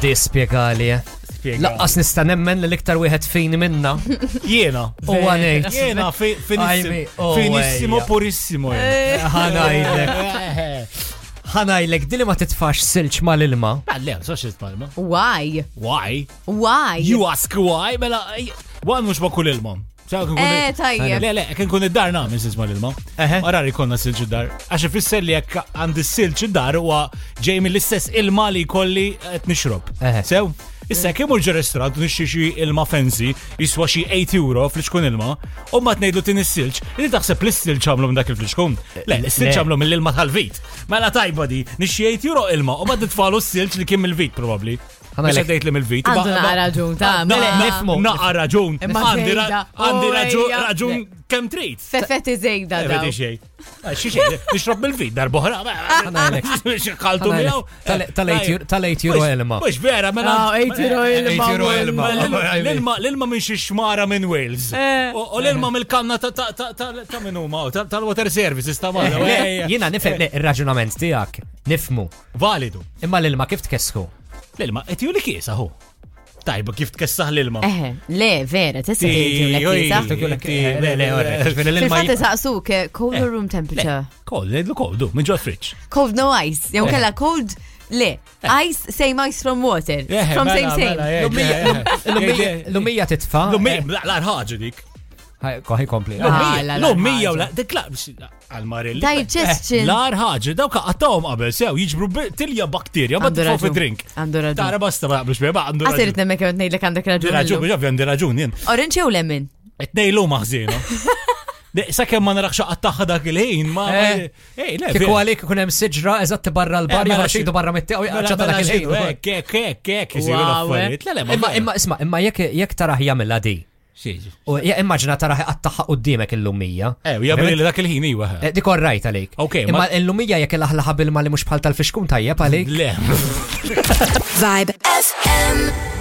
Di spiegali, eh. Laqqas nista nemmen li l-iktar wieħed fin minna. Jena. U għanejt. Jena, fi- Ajmi, finissimo. oh, Finissimo ejja. purissimo. Eh, jena. Ħanajlek. Ħanajlek, dili ma titfax silċ mal-ilma. Ma le, so xit palma. Why? Why? Why? You ask why? Mela, għan mux bakul ilma. Eh, tajjeb. Le, le, kien kun id-dar na, minn sisma l-ilma. Eħe. Għarari konna silċ id-dar. Għaxe fisser li jek għandi silċ id-dar u ġej mill istess ilma li kolli għet nixrob. Eħe. Sew, issa kemm urġi restorant nixxi xi ilma fancy jiswa xi 8 euro fl-ixkun ilma, u ma tnejdu tin is-silċ, li taħseb li s-silċ għamlu minn dak il-fliċkun. Le, Le. l-silċ għamlu mill-ilma tal-vit. Mela tajba di, nixxi 8 euro ilma, u ma titfalu s-silċ li kien mill-vit probabli. Mela Għamelek. dejt li mill-vit. Għandu Ba- naqa ba- raġun, ta' Mela, ma- nifmu. Naqa raġun. Imma Għandi ra- zejda. għandi Oh, raġun- ejja. raġun kem trid. Feffetti zejda daw. Eh, Vedi xej. Xi xej, nixrob bil-vid darbohra. Għanajlek. Xaltu miegħu. Tal- طيب. tal-eight euro- tal-eight euro ilma. Mux vera, mela. Ah, eight euro ilma, Eight euro mela. ilma. Mela, L-ilma l-ilma minn xi xmara minn Wales. U u l-ilma mill-kanna ta- ta- ta- ta- ta' minn huma, ta- tal-water services ta' mara. Le, ejja. Jina nifem le, il-raġunament tijak. Nifmu. Validu. Imma l-ilma kif tkesku? L-ilma qed ju li kiesa hu. Tajba kif tkessaħ l-ilma. Eh, le, vera, tista' Ti- tgħidilhom lek oj, kisa. ti- Tgħidulek, ti- eh, le, le, orre, kif il-ilma Fil-fatt jibqa'. isaqsuk eh, cold or room temperature. Kold, jedlu koldu, minn ġo fridge. Cold no ice. Eh. Jew kella cold le. Ice, same ice from water. Eh, From same same. eh, L-umija- L-umija titfa. L-lumija, l-għar ħagġa dik. Ħaj- Koħi kompli. Ah, la- la- L-lumija u ħaġa. la, dik la, għal-marilli. Digestion. L-għar ħagġa, dawk għattawm qabel, sew, jiġbru bi- tilja bakterja, ma Għandu t-tfaw fi raġun. e drink. Għandu raġun. Tara basta ma għablux beba, għandu Għasirt raġun. nemmek għed nejdlek għandek Għandu raġun, raġun. biex għandi raġun, jien. Orange jew lemon? Etnejlu maħżina. Sakke ma naraxxa għattaħħa dak il-ħin, ma. Eh, Ej, le, Kiku vera. għalik kun hemm siġra eżatt barra l-bar, Eh, mela jgħu xejdu barra mitti, u Mela, jgħu mela, dak xejn, eh, il-ħin. Kek, kek, kek, jisiru Wow, eh. l-affarijiet. Le, le, Eh, ma. Eh, Imma, vera. imma, isma, imma jek, jek taraħ jamilla di. Xieġi. U ja- immaġina taraħ għattaħħa u d-dimek il-lumija. Eh, u jgħamil li dak il-ħin, iwa. Eh, Dik rajt għalik. Ok, Imma ma- l-lumija jek il-ħlaħa bil-ma li mux bħal tal-fiskun tajjeb għalik. Le. Vibe FM.